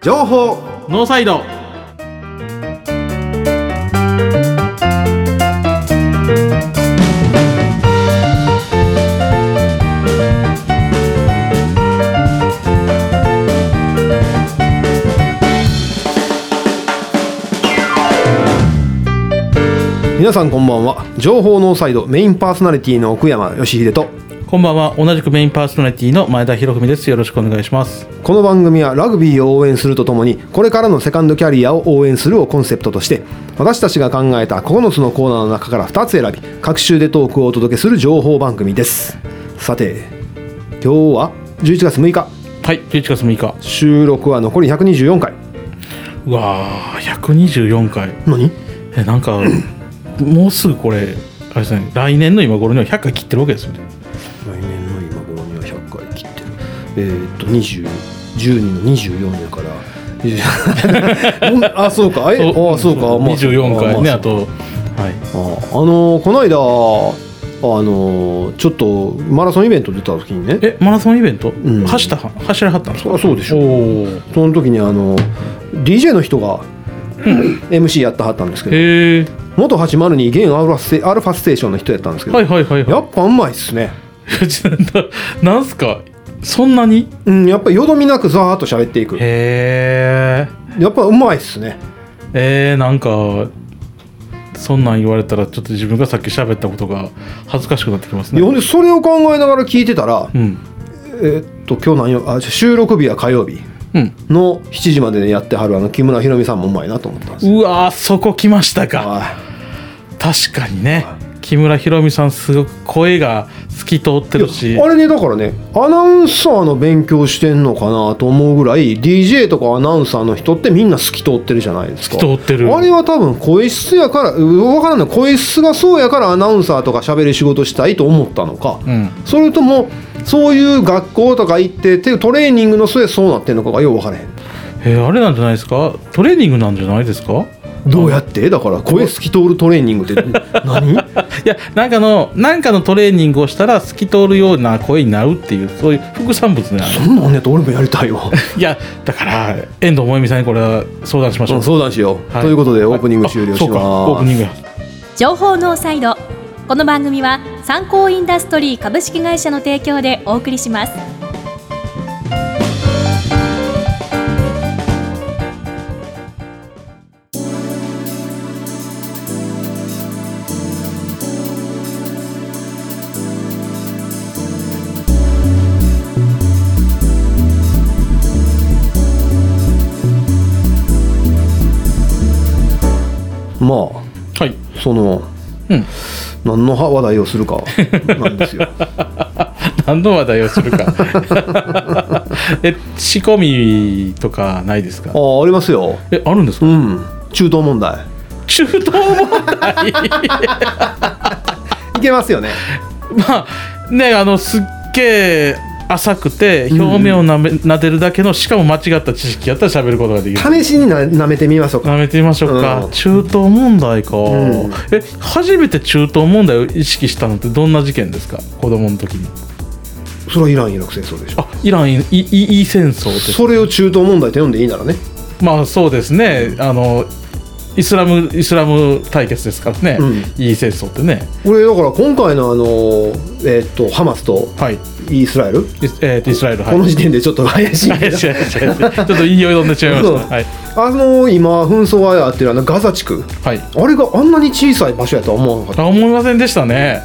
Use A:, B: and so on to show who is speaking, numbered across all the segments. A: 情報
B: ノーサイド
A: 皆さんこんばんは情報ノーサイドメインパーソナリティの奥山義秀と
B: こんばんは同じくメインパーソナリティの前田博文ですよろしくお願いします
A: この番組はラグビーを応援するとともにこれからのセカンドキャリアを応援するをコンセプトとして私たちが考えた9つのコーナーの中から2つ選び各週でトークをお届けする情報番組ですさて今日は11月6日
B: はい11月6日
A: 収録は残り124回
B: うわー124回
A: 何
B: えなんか もうすぐこれあれですね来年の今頃には100回切ってるわけですよね
A: 来年の今頃には100回切ってるえーっと20 12の24やから うんあそうかえあそうか、まあ
B: 24回ね
A: ま
B: あとはい
A: ああのーこの間あのーちょっとマラソンイベント出た時にね
B: えマラソンイベント、
A: ん
B: 走った走らはったんです
A: そ
B: か
A: りゃそうでしょ
B: おー
A: その時にあの DJ の人が MC やったはったんですけど
B: へえ
A: 元802現アルファステアルファステーションの人やったんですけど、
B: はいはいはい
A: や
B: は
A: っぱうまいっすね
B: い ちょっとなんすかそんなに
A: うんやっぱよどみなくザーッと喋っていく
B: へ
A: やっぱうまいっすね
B: ええー、なんかそんなん言われたらちょっと自分がさっき喋ったことが恥ずかしくなってきます
A: でほん
B: ね
A: でそれを考えながら聞いてたら、
B: うん
A: えーっと今日何曜あ収録日は火曜日
B: うん
A: の7時までやってはるあの木村ひろみさんもうまいなと思ったんですよ
B: うわーそこ来ましたか
A: はい
B: 確かにね木村ひろみさんすごく声が透き通ってるし
A: いやあれねだからねアナウンサーの勉強してんのかなと思うぐらい DJ とかアナウンサーの人ってみんな透き通ってるじゃないですか
B: 透き通ってる
A: あれは多分声質やからうわからんない声質がそうやからアナウンサーとか喋る仕事したいと思ったのか、
B: うん
A: それともそういう学校とか行っててトレーニングの末そうなってんのかがよう分からへん
B: えーあれなんじゃないですかトレーニングなんじゃないで すか
A: どうやってだから声透き通るトレーニング って何
B: いやなんかのなんかのトレーニングをしたら透き通るような声になるっていうそういう副産物ねあれ
A: そんなんねと俺もやりたいわ
B: いやだから遠藤萌実さんにこれは相談しましょ
A: う
B: う、
A: ん相談しよう、
B: はい
A: ということでオープニング終了します、
B: あそうかオープニングや
C: 情報ノーサイドこの番組は参考インダストリー株式会社の提供でお送りします
A: まあ
B: はい
A: その、
B: うん
A: 何の話題をする かなんですよ。
B: 何の話題をするか え仕込みとかないですか
A: あありますよ。
B: えあるんです
A: う
B: か
A: ん中東問題
B: 中東問題
A: いけますよね。
B: まあねあのすっげえ浅くて表面をなめ、撫でるだけのしかも間違った知識やったら喋ることができ
A: 試
B: る
A: しにな舐めてみましょうか。
B: 舐めてみましょうか、
A: うん
B: 中東問題か、
A: ん
B: え初めて中東問題を意識したのってどんな事件ですか子供の時に
A: それはイラン・イラク戦争でしょ。
B: あイランイイイイ戦争です
A: それを中東問題って読んでいいならね。
B: まあそうですねあのイスラムイスラム対決ですからね、
A: うん
B: イイ戦争ってね
A: 俺だから今回のあのえーっとハマスと
B: はいイ
A: イスラエル、
B: ス,、えーとイスラエルはい
A: この時点でちょっと怪しい
B: はい
A: け
B: 違う
A: ど。
B: 違う違うちょっと言いよいどんで違いま
A: そう
B: したはい、
A: あの今紛争がやってるあのガザ地区
B: はい、
A: あれがあんなに小さい場所やとは思わなかった
B: あ思いませんでしたね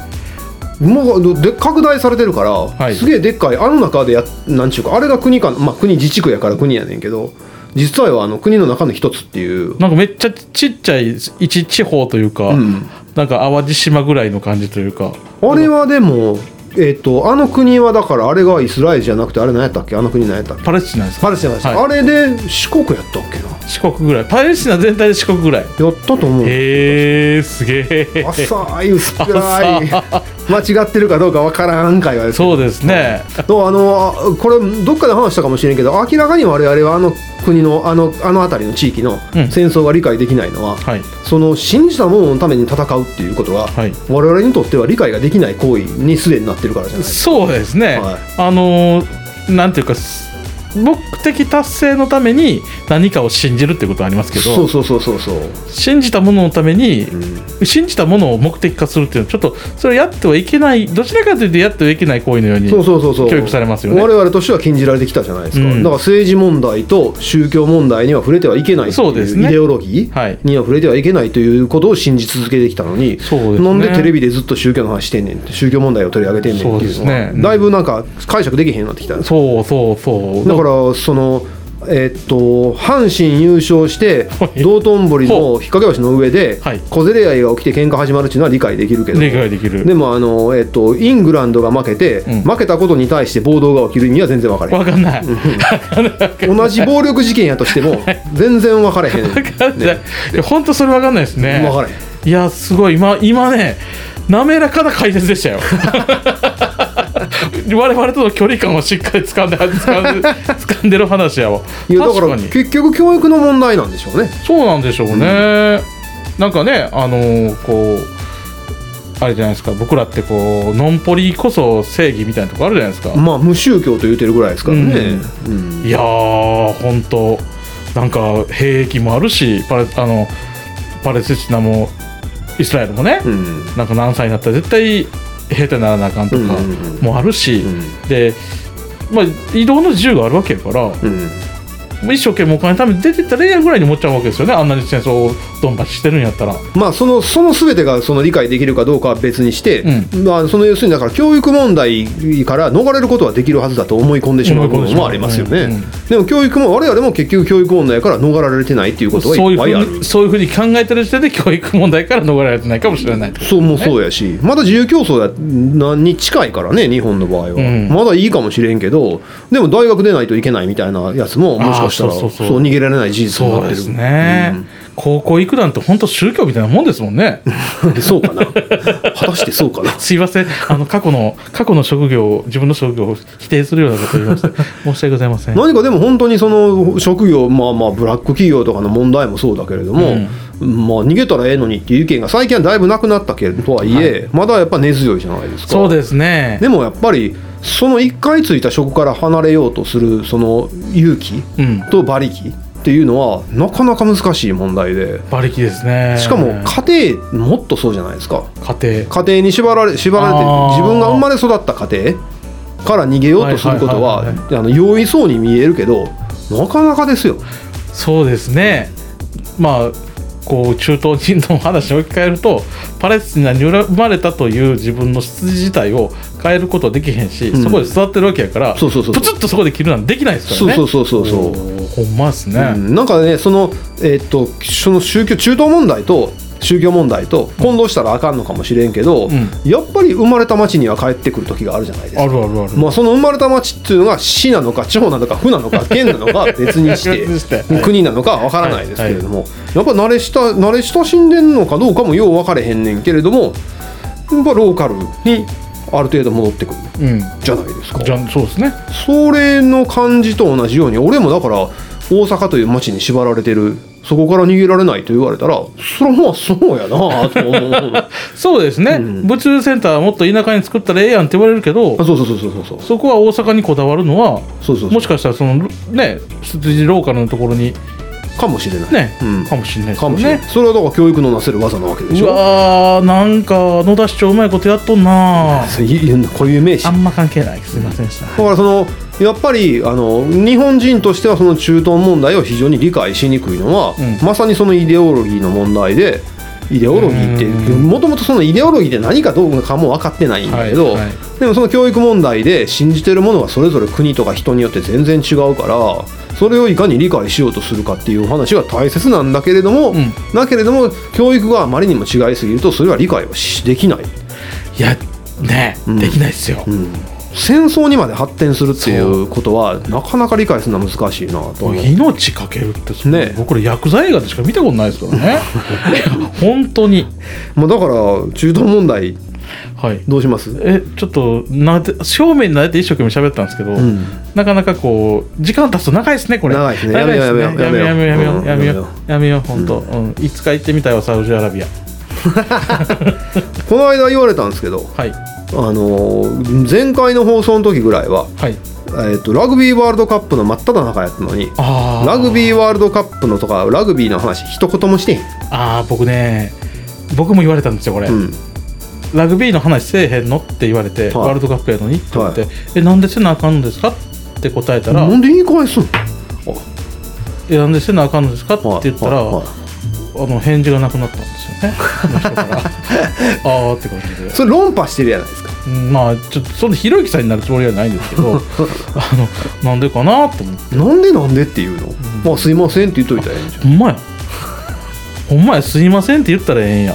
A: もうで拡大されてるから、
B: い
A: すげえでっかいあの中でやなんちゅうかあれが国かまあ国自治区やから国やねんけど実際はあの国の中の一つっていう
B: なんかめっちゃちっちゃい一地方というか、
A: うん
B: なんか淡路島ぐらいの感じというか
A: あれはでもえっ、とあの国はだからあれがイスラエルじゃなくてあれ何やったっけあの国何やったっけ
B: パレスチナですか
A: パレスチナです、
B: はい
A: あれで四国やったっけな
B: 四国ぐらいパレスチナ全体で四国ぐらい
A: やったと思う
B: へえすげえ
A: 浅い薄っぺらい 間違ってるかどうかわからんかいわです
B: そうですね
A: とあのこれどっかで話したかもしれんけど明らかに我々はあの国のあのあの辺りの地域の
B: うん
A: 戦争が理解できないのは、
B: はい
A: その信じたもののために戦うっていうことが、
B: はい
A: 我々にとっては理解ができない行為にすでになってるからじゃないですか
B: そうですね、
A: はい
B: あのーなんていうかす目的達成のために何かを信じるってことはありますけど
A: そうそうそうそうそう、
B: 信じたもののために
A: うん、
B: 信じたものを目的化するっていうのはちょっとそれをやってはいけないどちらかというとやってはいけない行為のように
A: そうそうそうそう
B: 教育されますよね
A: 我々としては禁じられてきたじゃないですか、
B: うん
A: だから政治問題と宗教問題には触れてはいけないって
B: そうで
A: い
B: す
A: う
B: ね
A: イデオロギ
B: はい
A: ーには触れてはいけないということを信じ続けてきたのに、
B: そうですね
A: なんでテレビでずっと宗教の話してんねんって宗教問題を取り上げてんねんっていうの
B: そうで
A: は
B: すね
A: だいぶなんか解釈できへんようになってきたんです
B: そうそうそう
A: だからそのえっと阪神優勝して
B: はい
A: 道頓堀の引っ掛け橋の上で
B: はい
A: 小競り合いが起きて喧嘩始まるっていうのは理解できるけど
B: 理解できる
A: でもあの、えっと、イングランドが負けて、
B: うん
A: 負けたことに対して暴動が起きる意味は全然分かれへん
B: わかんない
A: 同じ暴力事件やとして も全然分かれへん分
B: わかんないいや本当それわかんないですね
A: 分かれへん
B: いやすごい今今ね滑らかな解説でしたよ 我々との距離感をしっかり掴んで掴 んで掴んでる話やわ
A: いやだか
B: 確からに
A: 結局教育の問題なんでしょうね
B: そうなんでしょうね、なんかねあのーこうあれじゃないですか僕らってこうノンポリこそ正義みたいなとこあるじゃないですか、
A: まあ無宗教と言ってるぐらいですからね、うん
B: いやー本当なんか兵役もあるしパレあのパレスチナもイスラエルもね、
A: うん
B: なんか何歳になったら絶対兵隊にならなあかんとか
A: うんうんうん
B: もある
A: う
B: し、
A: ん
B: で、まあ、移動の自由があるわけやから、
A: うん
B: 一生懸命お金のために出てったらええやんぐらいに思っちゃうわけですよねあんなに戦争をドンバシしてるんやったら。
A: まあ、そのその全てがその理解できるかどうかは別にして、
B: う
A: まあ、その要するにだから教育問題から逃れることはできるはずだと思い込んでしまうこともありますよね、
B: うんうん
A: でも教育も我々も結局教育問題から逃れられてないっていうことはい
B: そうい
A: っ
B: う
A: ぱいあ
B: ふう
A: る
B: にそういうふうに考えてる時点で教育問題から逃れられてないかもしれないと
A: そうもうそうやしまだ自由競争だに近いからね日本の場合は、
B: うん
A: まだいいかもしれんけどでも大学出ないといけないみたいなやつももしかしたら
B: あ
A: そ
B: ーそううそうそう
A: 逃げられない事実になってるうん
B: 高校行くなんて本当宗教みたいなもんですもんね
A: そうかな果たしてそうかな
B: すいませんあの過去の過去の職業を自分の職業を否定するようなことを言いまして申し訳ござい ません
A: 何かでも本当にその職業まあまあブラック企業とかの問題もそうだけれども、まあ逃げたらええのにっていう意見が最近はだいぶなくなったけどとはいえ、まだやっぱ根強いじゃないですか
B: そうですね
A: でもやっぱりその一回ついた職から離れようとするその勇気
B: うん
A: と馬力っていうのはなかなか難しい問題で
B: 馬力ですね
A: しかも家庭もっとそうじゃないですか
B: 家庭
A: 家庭に縛られ縛られて
B: あー
A: 自分が生まれ育った家庭から逃げようとすることは
B: はいはい
A: あの容易そうに見えるけどなかなかですよ。
B: そうですねまあこう中東人の話に置き換えるとパレスチナに生まれたという自分の出自自体を変えることはできへんし、
A: ん
B: そこで育ってるわけやから
A: そうそうそう
B: プツッとそこで切るなんてできないですからね
A: そうそうそうそうそう
B: おーほんまですね、
A: うんなんかねそのえっとその宗教中東問題と宗教問題と混同したらあかんのかもしれんけど、
B: うん
A: やっぱり生まれた町には帰ってくる時があるじゃないですか。
B: あるあるある
A: まあ、その生まれた町っていうのが市なのか地方なのか府なの か県なのか別にし
B: 別にしててはい
A: 国なのかわからないですけれどもやっぱ慣れした慣れ親しんでんのかどうかもよう分かれへんねんけれどもやっぱローカルにある程度戻ってくる
B: うん
A: じゃないですか
B: じゃんそうですね
A: それの感じと同じように俺もだから大阪という町に縛られてるそこから逃げられないと言われたらそれはそうやなと思 うあ
B: そうですね、物流センターもっと田舎に作ったらええやんって言われるけど
A: そうそうそうそうそうそう
B: そこは大阪にこだわるのは
A: そうそう
B: もしかしたらそのね出自ローカルのところに
A: かもしれない、
B: ね、
A: うん
B: かもしれないです
A: か
B: よ
A: もしれない
B: ね
A: それはだから教育のなせる技なわけでし
B: う
A: ょ
B: わーなんか野田市長うまいことやっとんな
A: そういいうん固有名詞
B: あ
A: だ
B: んま関係ないすいませんでした、
A: からそのやっぱりあの日本人としてはその中東問題を非常に理解しにくいのは、
B: うん
A: まさにそのイデオロギーの問題でイデオロギーって
B: うん
A: もともとそのイデオロギーって何かどうかも分かってないんだけど、
B: はいはい
A: でもその教育問題で信じてるものはそれぞれ国とか人によって全然違うからそれをいかに理解しようとするかっていうお話は大切なんだけれども、
B: うん
A: だけれども教育があまりにも違いすぎるとそれは理解はしできない。
B: いやね、
A: うん
B: できないですよ、
A: うん戦争にまで発展するってい
B: そう
A: ことはなかなか理解するのは難しいなと思う
B: 命かけるってそんな
A: ね
B: 僕ら薬剤映画でしか見たことないですからねいや 本当に
A: まあ、だから中東問題
B: はい
A: どうします
B: えちょっとなで正面になれて一生懸命喋ったんですけど、
A: ん
B: なかなかこう時間経つと長いですねこれ
A: 長いですね
B: やめ
A: や
B: や
A: め
B: め
A: よう
B: やめ
A: や
B: や
A: め
B: め
A: よう
B: ようやめよう
A: うん
B: やめよう本当うんいつか行ってみたいわサウジアラビア
A: この間言われたんですけど
B: はい
A: あのー前回の放送の時ぐらいは
B: はい
A: えっとラグビーワールドカップの真っ只中やったのに
B: あー
A: ラグビーワールドカップのとかラグビーの話一言もしてへん、
B: あー僕ね僕も言われたんですよこれ、
A: うん、
B: ラグビーの話せえへんのって言われて、
A: い
B: ワールドカップやのにって言って、
A: は
B: えなんでせなあかんのですかって答えたら、
A: なんで言い返すん
B: えなんでせなあかんのですかって言ったら、
A: はいはいは
B: あの返事がなくなったんですよねこの人から ああって感じで
A: いそれ論破してるやないですか
B: うんまあちょっとそんなひろゆきさんになるつもりはないんですけ どあのなんでかなと思って
A: なんでなんでって言うの、まあすいませんって言っといたらええんじ
B: ほんまやほんまやすいませんって言ったらえ えんや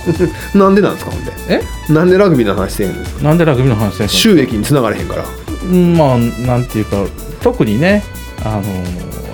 A: ゃんなんでなんですかほんで
B: え
A: なんでラグビーの話してへんの
B: なんでラグビーの話や
A: 収益につながれへんから
B: うんまあなんていうか特にねあの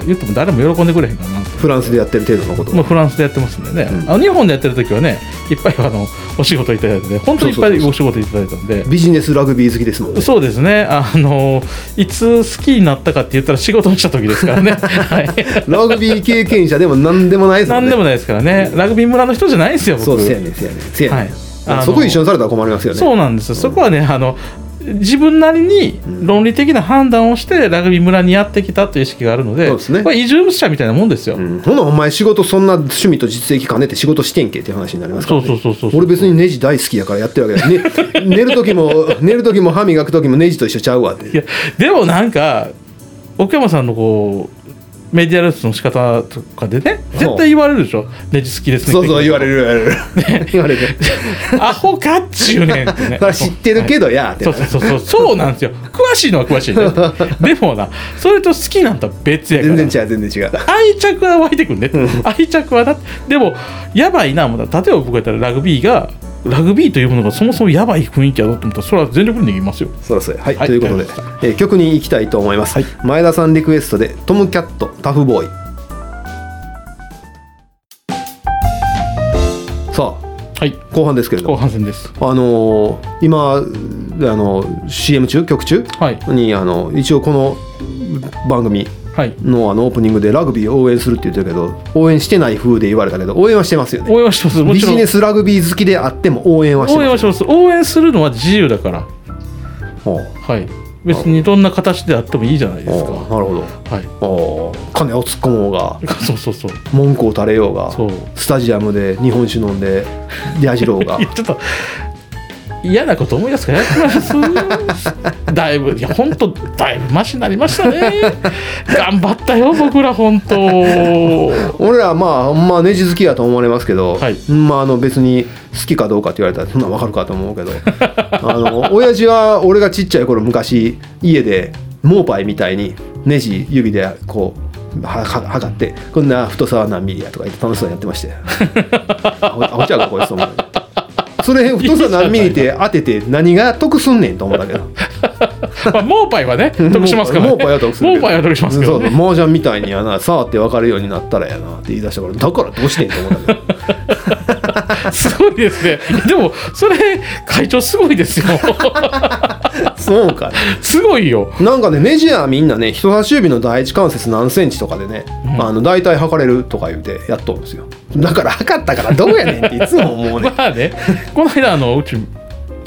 B: 言っても誰も喜んでくれへんかなと
A: フランスでやってる程度のこと
B: もうフランスでやってますんでね、
A: うん
B: あの日本でやってる時はねいっぱいあのお仕事いただいてね本当にいっぱい
A: そうそうそうそう
B: お仕事いただいたんで
A: ビジネスラグビー好きですもんね
B: そうですねあのいつ好きになったかって言ったら仕事をした時ですか らね、はい、
A: ラグビー経験者でも何でもないですもん
B: 何
A: ね
B: でもないですからねラグビー村の人じゃないんですよ僕
A: そうせやねんせやねんせやねん
B: はいあの
A: そこ一緒にされたら困りますよね
B: そうなんですよ、そこはねあの自分なりに論理的な判断をしてラグビー村にやってきたという意識があるので
A: そうですね
B: これ移住者みたいなもんですよ、
A: うんほなお前仕事そんな趣味と実績兼ねて仕事してんけっていう話になりますから、ね、
B: そうそうそうそう
A: 俺別にネジ大好きやからやってるわけ だ、ね、寝る時も寝る時も歯磨く時もネジと一緒ちゃうわって
B: いやでもなんか奥山さんのこうメディアレスの仕方とかでね絶対言われるでしょネジ好きですね
A: そうそう言われ
B: る
A: る言われる言わ れる
B: アホかっちゅうねんってね
A: それ知ってるけどやって
B: そうそうそうそうそうなんですよ詳しいのは詳しい ねでもなそれと好きなんとは別やから
A: 全然違う全然違う
B: 愛着は湧いてくるね、愛着はだってでもやばいなもうだ例えば僕やったらラグビーがラグビーというものがそもそもやばい雰囲気やろうと思ったらそれは全力で逃げますよ
A: そろそろはい、
B: はい
A: ということで
B: わかりま、
A: えー曲に行きたいと思います、
B: はい
A: 前田さんリクエストで「トムキャットタフボーイ」さあ
B: はい
A: 後半ですけれど
B: 後
A: も
B: 半戦です
A: あのー今、あのー CM 中曲中
B: はい
A: にあの一応この番組
B: はい
A: のあのオープニングでラグビー応援するって言ってるけど応援してない風で言われたけど応援はしてますよね
B: 応援はしますも
A: ビ
B: ちろ
A: ジ
B: ん
A: ネスラグビー好きであっても応援はして
B: 応援
A: ま
B: は
A: す
B: します応援するのは自由だから
A: ほう
B: はい別にどんな形であってもいいじゃないですか
A: ほうなるほど
B: はい
A: おー金を突っ込もうが
B: そうそうそう
A: 文句を垂れようが
B: そう
A: スタジアムで日本酒飲んで矢次郎が
B: いやちょっと嫌なこと思い出すからやってます だいぶいや本当だいぶマシになりましたね頑張ったよ僕ら本当
A: 俺らまあほんまあネジ好きやと思われますけど、
B: はい
A: まああの別に好きかどうかって言われたらそんなんわかるかと思うけ どあの親父は俺がちっちゃい頃昔家でモーパイみたいにネジ指でこうはは測ってこんな太さは何ミリやとか言って楽しそうにやってました よアホアホちゃうかこいつと思うけどそれ太さ何ミリって当てて何が得すんねんと思ったけど
B: まあモーパイはね得しますから、ね、
A: モーパイは得する
B: モーパイは得しますけど、ね、
A: そうそう麻雀みたいにやな触って分かるようになったらやなって言い出したからだからどうしてんと思ったけど
B: すごいですねでもそれ会長すご いですよ
A: そうか
B: すごいよ
A: なんかねネジはみんなね人差し指の第一関節何センチとかでね、あの大体測れるとか言うてやっとるんですよだから測ったからどうやねんっていつも思うね ん
B: まあね、この間あのうち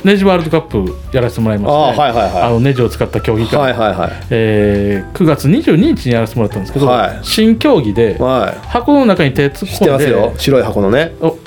B: ネジワールドカップやらせてもらいまして、
A: あーはいはいはい
B: あのネジを使った競技会、
A: はいはいはい
B: えー9月22日にやらせてもらったんですけど、
A: はい
B: 新競技で、
A: は
B: 箱の中に手突っ
A: い知って
B: 込ん
A: ます
B: で
A: よ白い箱のね
B: おお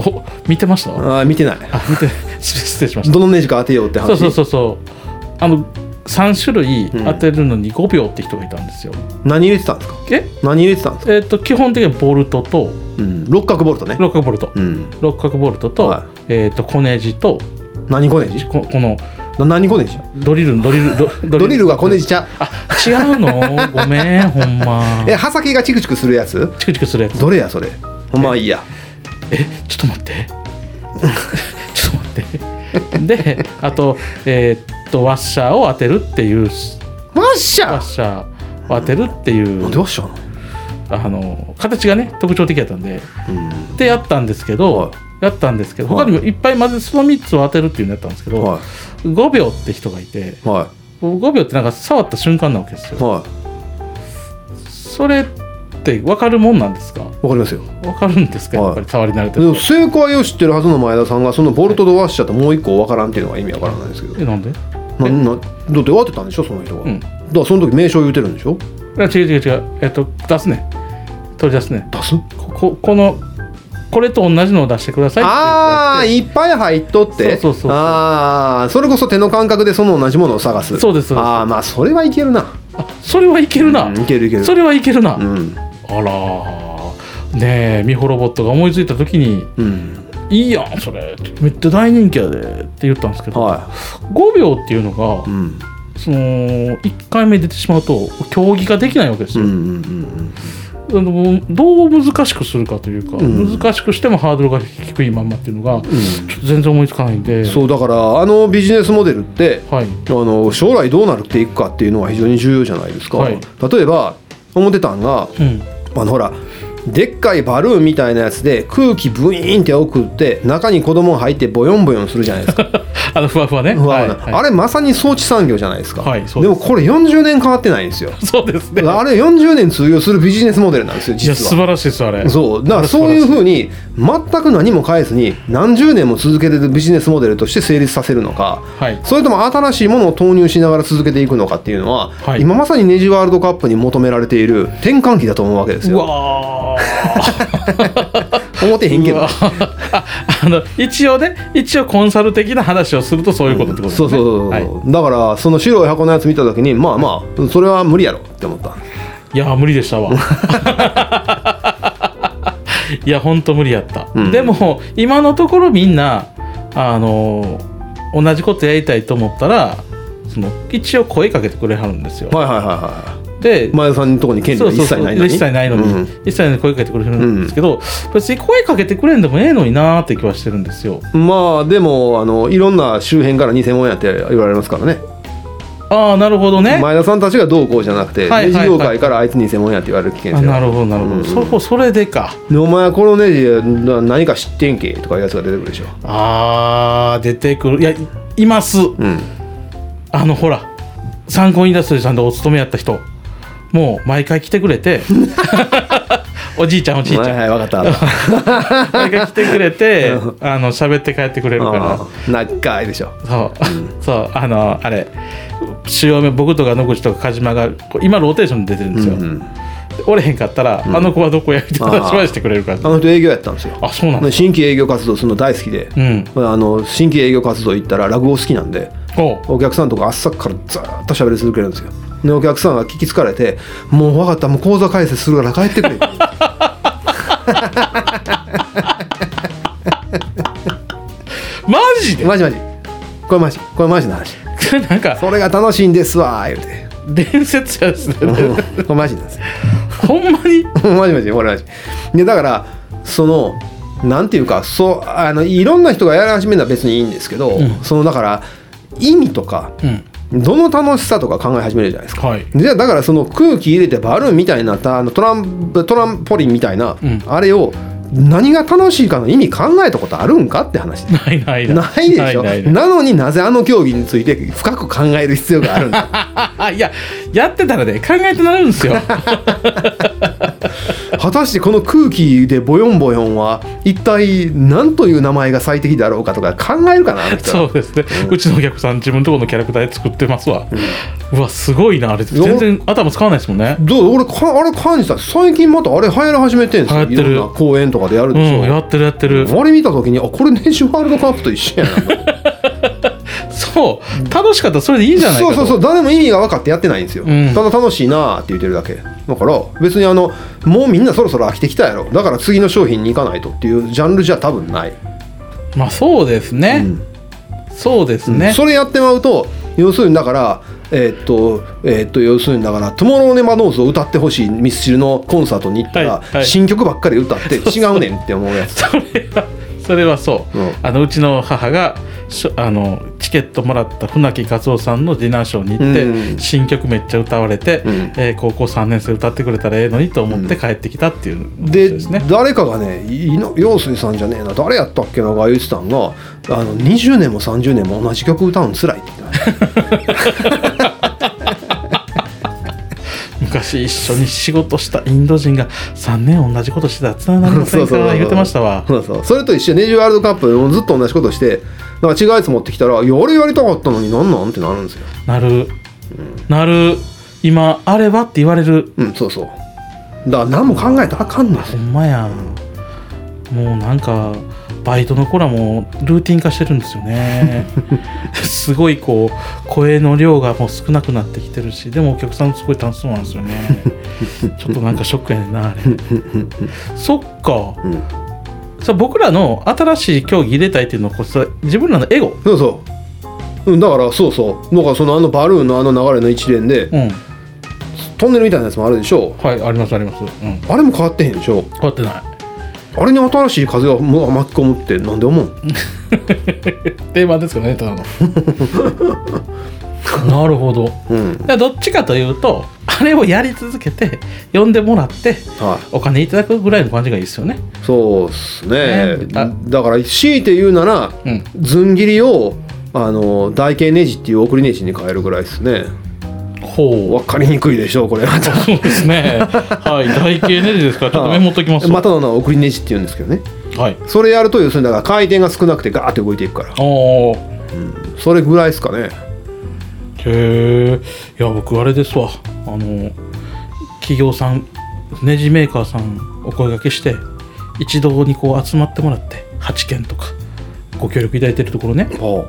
B: お見てました、あ
A: あー見てない
B: 見て 失礼しまし
A: どのネジか当てようって
B: た
A: 話
B: そうそうそうそうあの3種類当てるのに5秒って人がいたんですよ、
A: 何入れてたんですか
B: え
A: 何入れてたんですか、
B: えっと基本的にはボルトと
A: うん、六角ボルトね
B: 六角ボルト、
A: うん
B: 六角ボルトと,、
A: は
B: えっと小ネジと
A: 何小ネジ
B: ここの
A: な何小ネジ
B: ドリルのドリルド
A: ドリルが小ネ
B: ジ
A: ジちゃう
B: あ違うのごめんほんま
A: え刃先がチクチクするやつ
B: チクチクするやつ
A: どれやそれまあいいや
B: えちょっと待ってちょっと待ってであとえーっとワッシャーを当てるっていう
A: ワッシャ
B: ワッ
A: ー
B: シャーを当てるってい
A: なん
B: う
A: でワッシャーなの
B: あの形がね特徴的だったんで
A: うん
B: でやったんですけど、
A: は
B: やったんですけど
A: はい
B: 他にもいっぱいまずその3つを当てるっていうのやったんですけど、
A: は
B: 5秒って人がいて
A: いは
B: 5秒ってなんか触った瞬間なわけです
A: い
B: よ
A: は
B: それって分かるもんなんですか
A: いわかりますよ
B: 分かるんですか
A: はい
B: やっぱり触り慣れて
A: で
B: る
A: も正解を知ってるはずの前田さんがそのボルトとワッシャーともう一個わからんっていうのが意味わからないんですけど
B: えなんで
A: ななだって会ってたんでしょその人が、
B: うん
A: だからその時名称言うてるんでしょ
B: いや違う違う違う、えっと、出すね取り出すね
A: 出す
B: こここのこれと同じのを出してくださいって
A: ああ
B: 言って
A: いっぱい入っとって
B: そうそうそうそう
A: ああそれこそ手の感覚でその同じものを探す
B: そうですそうです
A: ああまあそれはいけるな
B: あそれはいけるな、
A: うんいけるいける
B: それはいけるな、
A: うん
B: あらーねえミホロボットが思いついた時に
A: うん
B: 「いいやんそれめっちゃ大人気やで」って言ったんですけど、
A: は
B: 5秒っていうの
A: いう
B: が、
A: ん
B: その1回目出てしまうと競技ができないわけです
A: うん
B: よ、
A: うんうん
B: あのどう難しくするかというか、
A: うん
B: 難しくしてもハードルが低いまんまっていうのが、
A: ん
B: ちょっと全然思いつかないんで
A: うんそうだからあのビジネスモデルって
B: は
A: あ
B: い
A: の将来どうなるっていくかっていうのは非常に重要じゃないですか、
B: はい
A: 例えば思ってたんが
B: うん
A: あのほらでっかいバルーンみたいなやつで空気ブイーンって送って中に子供が入ってボヨンボヨンするじゃないです か
B: あのふわふわね
A: 不安
B: は
A: ない
B: はい
A: あれまさに装置産業じゃないですか、
B: はいそう
A: で
B: です
A: もこれ40年変わってないんですよ
B: そうですね
A: あれ40年通用するビジネスモデルなんですよ
B: いや
A: 実
B: 素
A: は
B: 晴らしいですあれ
A: そうだからそういうふうに全く何も変えずに何十年も続けてるビジネスモデルとして成立させるのか
B: はい
A: それとも新しいものを投入しながら続けていくのかっていうのは、
B: はい
A: 今まさにネジワールドカップに求められている転換期だと思うわけです
B: う
A: よ。
B: わ
A: 思ってへんけ
B: ーう
A: ど
B: わーあの一応ね一応コンサル的な話をするとそういうことってことです
A: そ
B: ね
A: うそうそう、
B: はい、
A: だからその白い箱のやつ見た時にまあまあそれは無理やろって思った
B: いやー無理でし たわいやほんと無理やった、
A: うん
B: でも今のところみんなあのー同じことやりたいと思ったらその一応声かけてくれはるんですよ、
A: はいはいはいはい
B: で
A: 前田さんのとこに権利
B: そ
A: は
B: うそ
A: 一
B: うそ
A: 切
B: う
A: ないのに
B: 一切ないのに、
A: うん
B: 一切声かけてくれるんですけど、別に声かけてくれんでもええのになーって気はしてるんですよ
A: まあでもあのいろんな周辺から偽物やって言われますからね
B: ああなるほどね
A: 前田さんたちがどうこうじゃなくて、
B: はいはいはい
A: ネジ業界からあいつ偽物やって言われる危険
B: あ
A: 性
B: な
A: が
B: るほどなるほど、
A: うん
B: そこそれでか
A: でお前このネジな何か知ってんけとかいうやつが出てくるでしょ
B: あー出てくるいやいいます
A: うん
B: あのほら参考インダストリーさんでお勤めやった人もう毎回来てくれ ておじいちゃんおじいちゃん、
A: はいはい分かった
B: 毎回来てくれてあの喋って帰ってくれるから
A: うん長いでしょ
B: そう、そうあのあれ主要目僕とか野口とか鹿島がこう今ローテーションで出てるんですよ、
A: うん
B: 折れへんかったら、あの子はどこやみたいな話までしてくれるから
A: あの人営業やったんですよ
B: あそうなんだ
A: 新規営業活動するの大好きで、
B: うん
A: あの新規営業活動行ったら落語好きなんで
B: おう
A: お客さんとか朝からずーっと喋り続けるんですよでお客さんが聞き疲れて「もう分かったもう講座解説するから帰ってくれ」
B: マジで
A: マジマジこれマジこれマジの話
B: なんか
A: それが楽しいんですわー言うて
B: 伝説やですね
A: うんこれ マジなんですよ
B: ほんまに
A: マジマジこれマジでだからそのなんていうかそうあのいろんな人がやり始めるのは別にいいんですけど、
B: うん
A: そのだから意味とか
B: うん
A: どの楽しさとか考え始めるじゃないですか
B: はい
A: じゃあだからその空気入れてバルーンみたいになったあのトラントランポリンみたいな、
B: うん
A: あれを何が楽しいかの意味考えたことあるんかって話で
B: ないない
A: ないでしょ
B: ないないない
A: なのになぜあの競技について深く考える必要があるんだ
B: あいややってたらね考えてなるんですよ
A: 果たしてこの空気でボヨンボヨンは一体何という名前が最適だろうかとか考えるかなあの人
B: そうですね、うちのお客さん自分のところのキャラクターで作ってますわ、うわすごいなあれ全然頭使わないですもんね
A: どう俺かあれ感じた最近またあれ流行り始めてんすよ
B: 流行ってる
A: いろんな公演とかでやる
B: う
A: でしょ、
B: んやってるやってる、
A: あれ見た時にあこれネジワールドカップと一緒やな
B: そう楽しかった らそれでいいじゃないか
A: そ
B: と
A: うそうそう誰も意味が分かってやってないんですよ、
B: うん
A: ただ楽しいなーって言ってるだけだから別にあのもうみんなそろそろ飽きてきたやろだから次の商品に行かないとっていうジャンルじゃ多分ない、
B: まあそうですね、そうですね、
A: それやってまうと要するにだからえーっとえーっと要するにだから「トゥモローネマノーズ」を歌ってほしいミスチルのコンサートに行ったら、
B: はいはい
A: 新曲ばっかり 歌って違うねんって思うやつ
B: それは それはそう、
A: うん
B: あのうちの母がしょあのチケットもらった船木和夫さんのディナーショーに行って、
A: うん
B: 新曲めっちゃ歌われて、
A: うん
B: えー高校3年生歌ってくれたらええのにと思って帰ってきたっていうこと
A: で
B: ですね、
A: 誰かがねいいの陽水さんじゃねえな誰やったっけなが言ってたんがあの20年も30年も同じ曲歌うのつらいって言ってました
B: 昔一緒に仕事したインド人が3年同じ ことしてたらつながりませんから言ってましたわ
A: そうそうそれと一緒ネジワールドカップもずっと同じことしてだから違うやつ持ってきたら「いやあれやりたかったのになんなん?」ってなるんですよ
B: なるなる今あればって言われる
A: うんそうそうだから何も考えたらあかんのです
B: ほんまやもうなんかバイトの子らもルーティン化してるんですよ ねすごいこう声の量がもう少なくなってきてるしでもお客さんすごい楽しそうなんですよねちょっとなんかショックやねん なあれそっか
A: うん、
B: さ僕らの新しい競技入れたいっていうのはこうさ自分らのエゴ
A: そうそううんだからそうそうだからそのあのバルーンのあの流れの一連で
B: うん
A: トンネルみたいなやつもあるでしょ
B: はいありますありますうん
A: あれも変わってへんでしょ
B: 変わって ない
A: あれに新しい風がもう巻き込むってなんで思う
B: 定番ですけどねただの なるほどだか
A: うん
B: らどっちかというとあれをやり続けて呼んでもらって
A: は
B: お金いただくぐらいの感じがいいですよね
A: いそうっすね
B: ねあ
A: だから強いて言うなら
B: うん
A: ずん切りをあの台形ネジっていう送りネジに変えるぐらいですね
B: ほ
A: 分かりにくいでしょ これま
B: うそうですねはい台形ネジですからちょっとメモっときますわ
A: たの名は送りネジって言うんですけどね
B: はい
A: それやると要するにだから回転が少なくてガーって動いていくから
B: おー
A: それぐらいですかね
B: へえいや僕あれですわあの企業さんネジメーカーさんお声がけして一堂にこう集まってもらって8件とかご協力いただいてるところね
A: あ
B: こ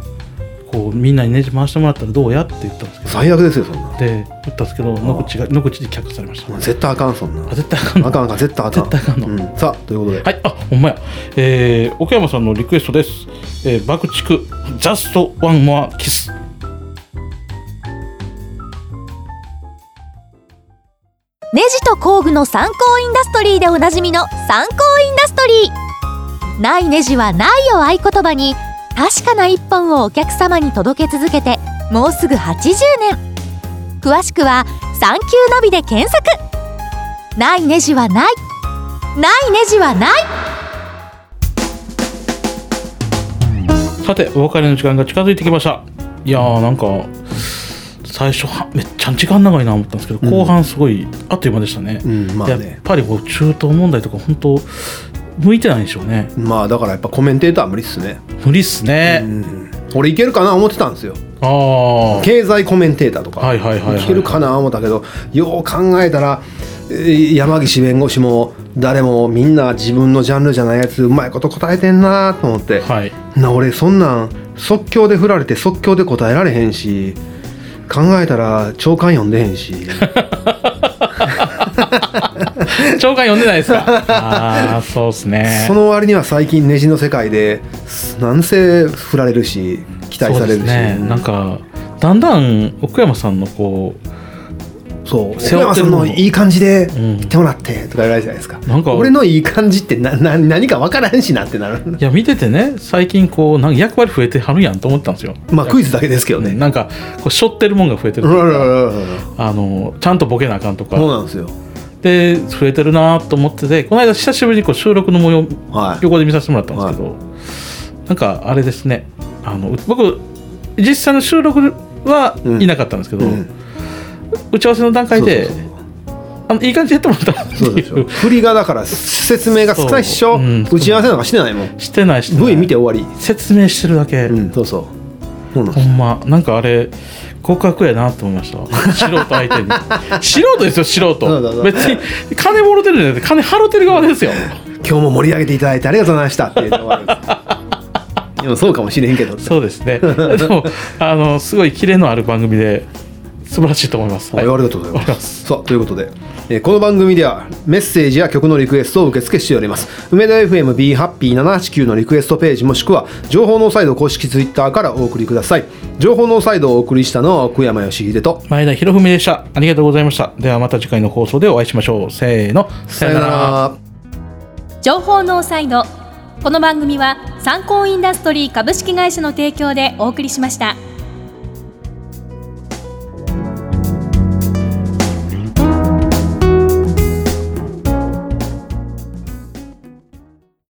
B: うみんなにネジ回してもらったらどうやって言ったんですけ
A: あ最悪ですよそんな
B: どで言ったんですけど野口が野口で却下されました
A: もう
B: あ
A: 絶対あかんそんな
B: 絶対あかんの
A: あかんあかん絶対あかん
B: 絶対あかんの
A: うん、さあということで、
B: はいあほんまやえー、奥山さんのリクエストです「えー、爆竹 Just One More Kiss」
D: ネジと工具の参考インダストリーでおなじみの参考インダストリーないネジはないを合言葉に確かな一本をお客様に届け続けてもうすぐ80年詳しくは「産休ナビ」で検索ないネジはないないネジはない
B: さてお別れの時間が近づいてきましたいやーなんか最初はめっちゃ時間長いな思ったんですけど
A: ん
B: 後半すごいあっという間でしたね、
A: うんまあ
B: やっ
A: ね
B: ぱりこう中東問題とか本当向いてないでしょうね
A: まあだからやっぱコメンテーターは無理っすね、
B: 無理っすね、
A: うん、俺いけるかな思ってたんですよ
B: ああ
A: 経済コメンテーターとか、
B: はいはいはいはい
A: けるかな思ったけどよう考えたらえー山岸弁護士も誰もみんな自分のジャンルじゃないやつうまいこと答えてんなと思って、
B: はい
A: な俺そんなん即興で振られて即興で答えられへんし考えたら長官読んでへんし
B: 長官読んでないですかああそうっすね
A: その割には最近ネジの世界でなんせ振られるし期待されるし
B: そうですねなんかだんだん奥山さんのこ
A: そう
B: 背
A: 瀬
B: 負
A: 山
B: って
A: さ
B: る
A: ん
B: もの
A: のいい感じで
B: ん
A: 来てもらってとか言われるじゃないですか,、
B: なんか
A: 俺のいい感じってなな何か分からんしなってな
B: う
A: る
B: いや見ててね最近こうなんか役割増えてはるやんと思ったんですよ、
A: まあクイズだけですけどね
B: なんかこう背負ってるもんが増えて
A: う
B: る
A: ららららら
B: あのちゃんとボケなあかんと
A: そう
B: か
A: なんですよ
B: で増えてるなと思っててこの間久しぶりにこう収録の模様
A: はい
B: 横で見させてもらったんですけど、なんかあれですねあのう僕実際の収録はいなかったんですけど、
A: うんうん
B: 打ち合わせの段階で
A: そうそうそう
B: あのいい感じでやってもらったなって
A: そうでし
B: い
A: ょ
B: う
A: 振りがだから説明が少ないっしょ、
B: そううん
A: 打ち合わせなん かしてないもん
B: してないしてない
A: V 見て終わ
B: 説明してるだけ、
A: りうんそうそうそうなん
B: ほんまなんかあれ合格やなと思いました素人相手に 素人ですよ素
A: そうそうそ
B: 人
A: う
B: 別に金もろてるんじゃなくて金払ってる側ですよ
A: 今日も盛り上げていただいてありがとうございましたって言って終わるん ですでもそうかもしれんけど
B: そうです ねでもあのすごいキレのある番組で素晴らしいと思います、
A: はい、ありがとうござい
B: ありがとうござい
A: ま。
B: ます
A: さあということで、えーこの番組ではメッセージや曲のリクエストを受け付けしております。梅田 FM B ハッピー789のリクエストページもしくは情報ノーサイド公式ツイッターからお送りください。情報ノーサイドをお送りしたのは奥山義秀と。
B: 前田博文でしたありがとうございましたではまた次回の放送でお会いしましょうせーのさよなら。
C: 情報ノーサイドこの番組は参考インダストリー株式会社の提供でお送りしました。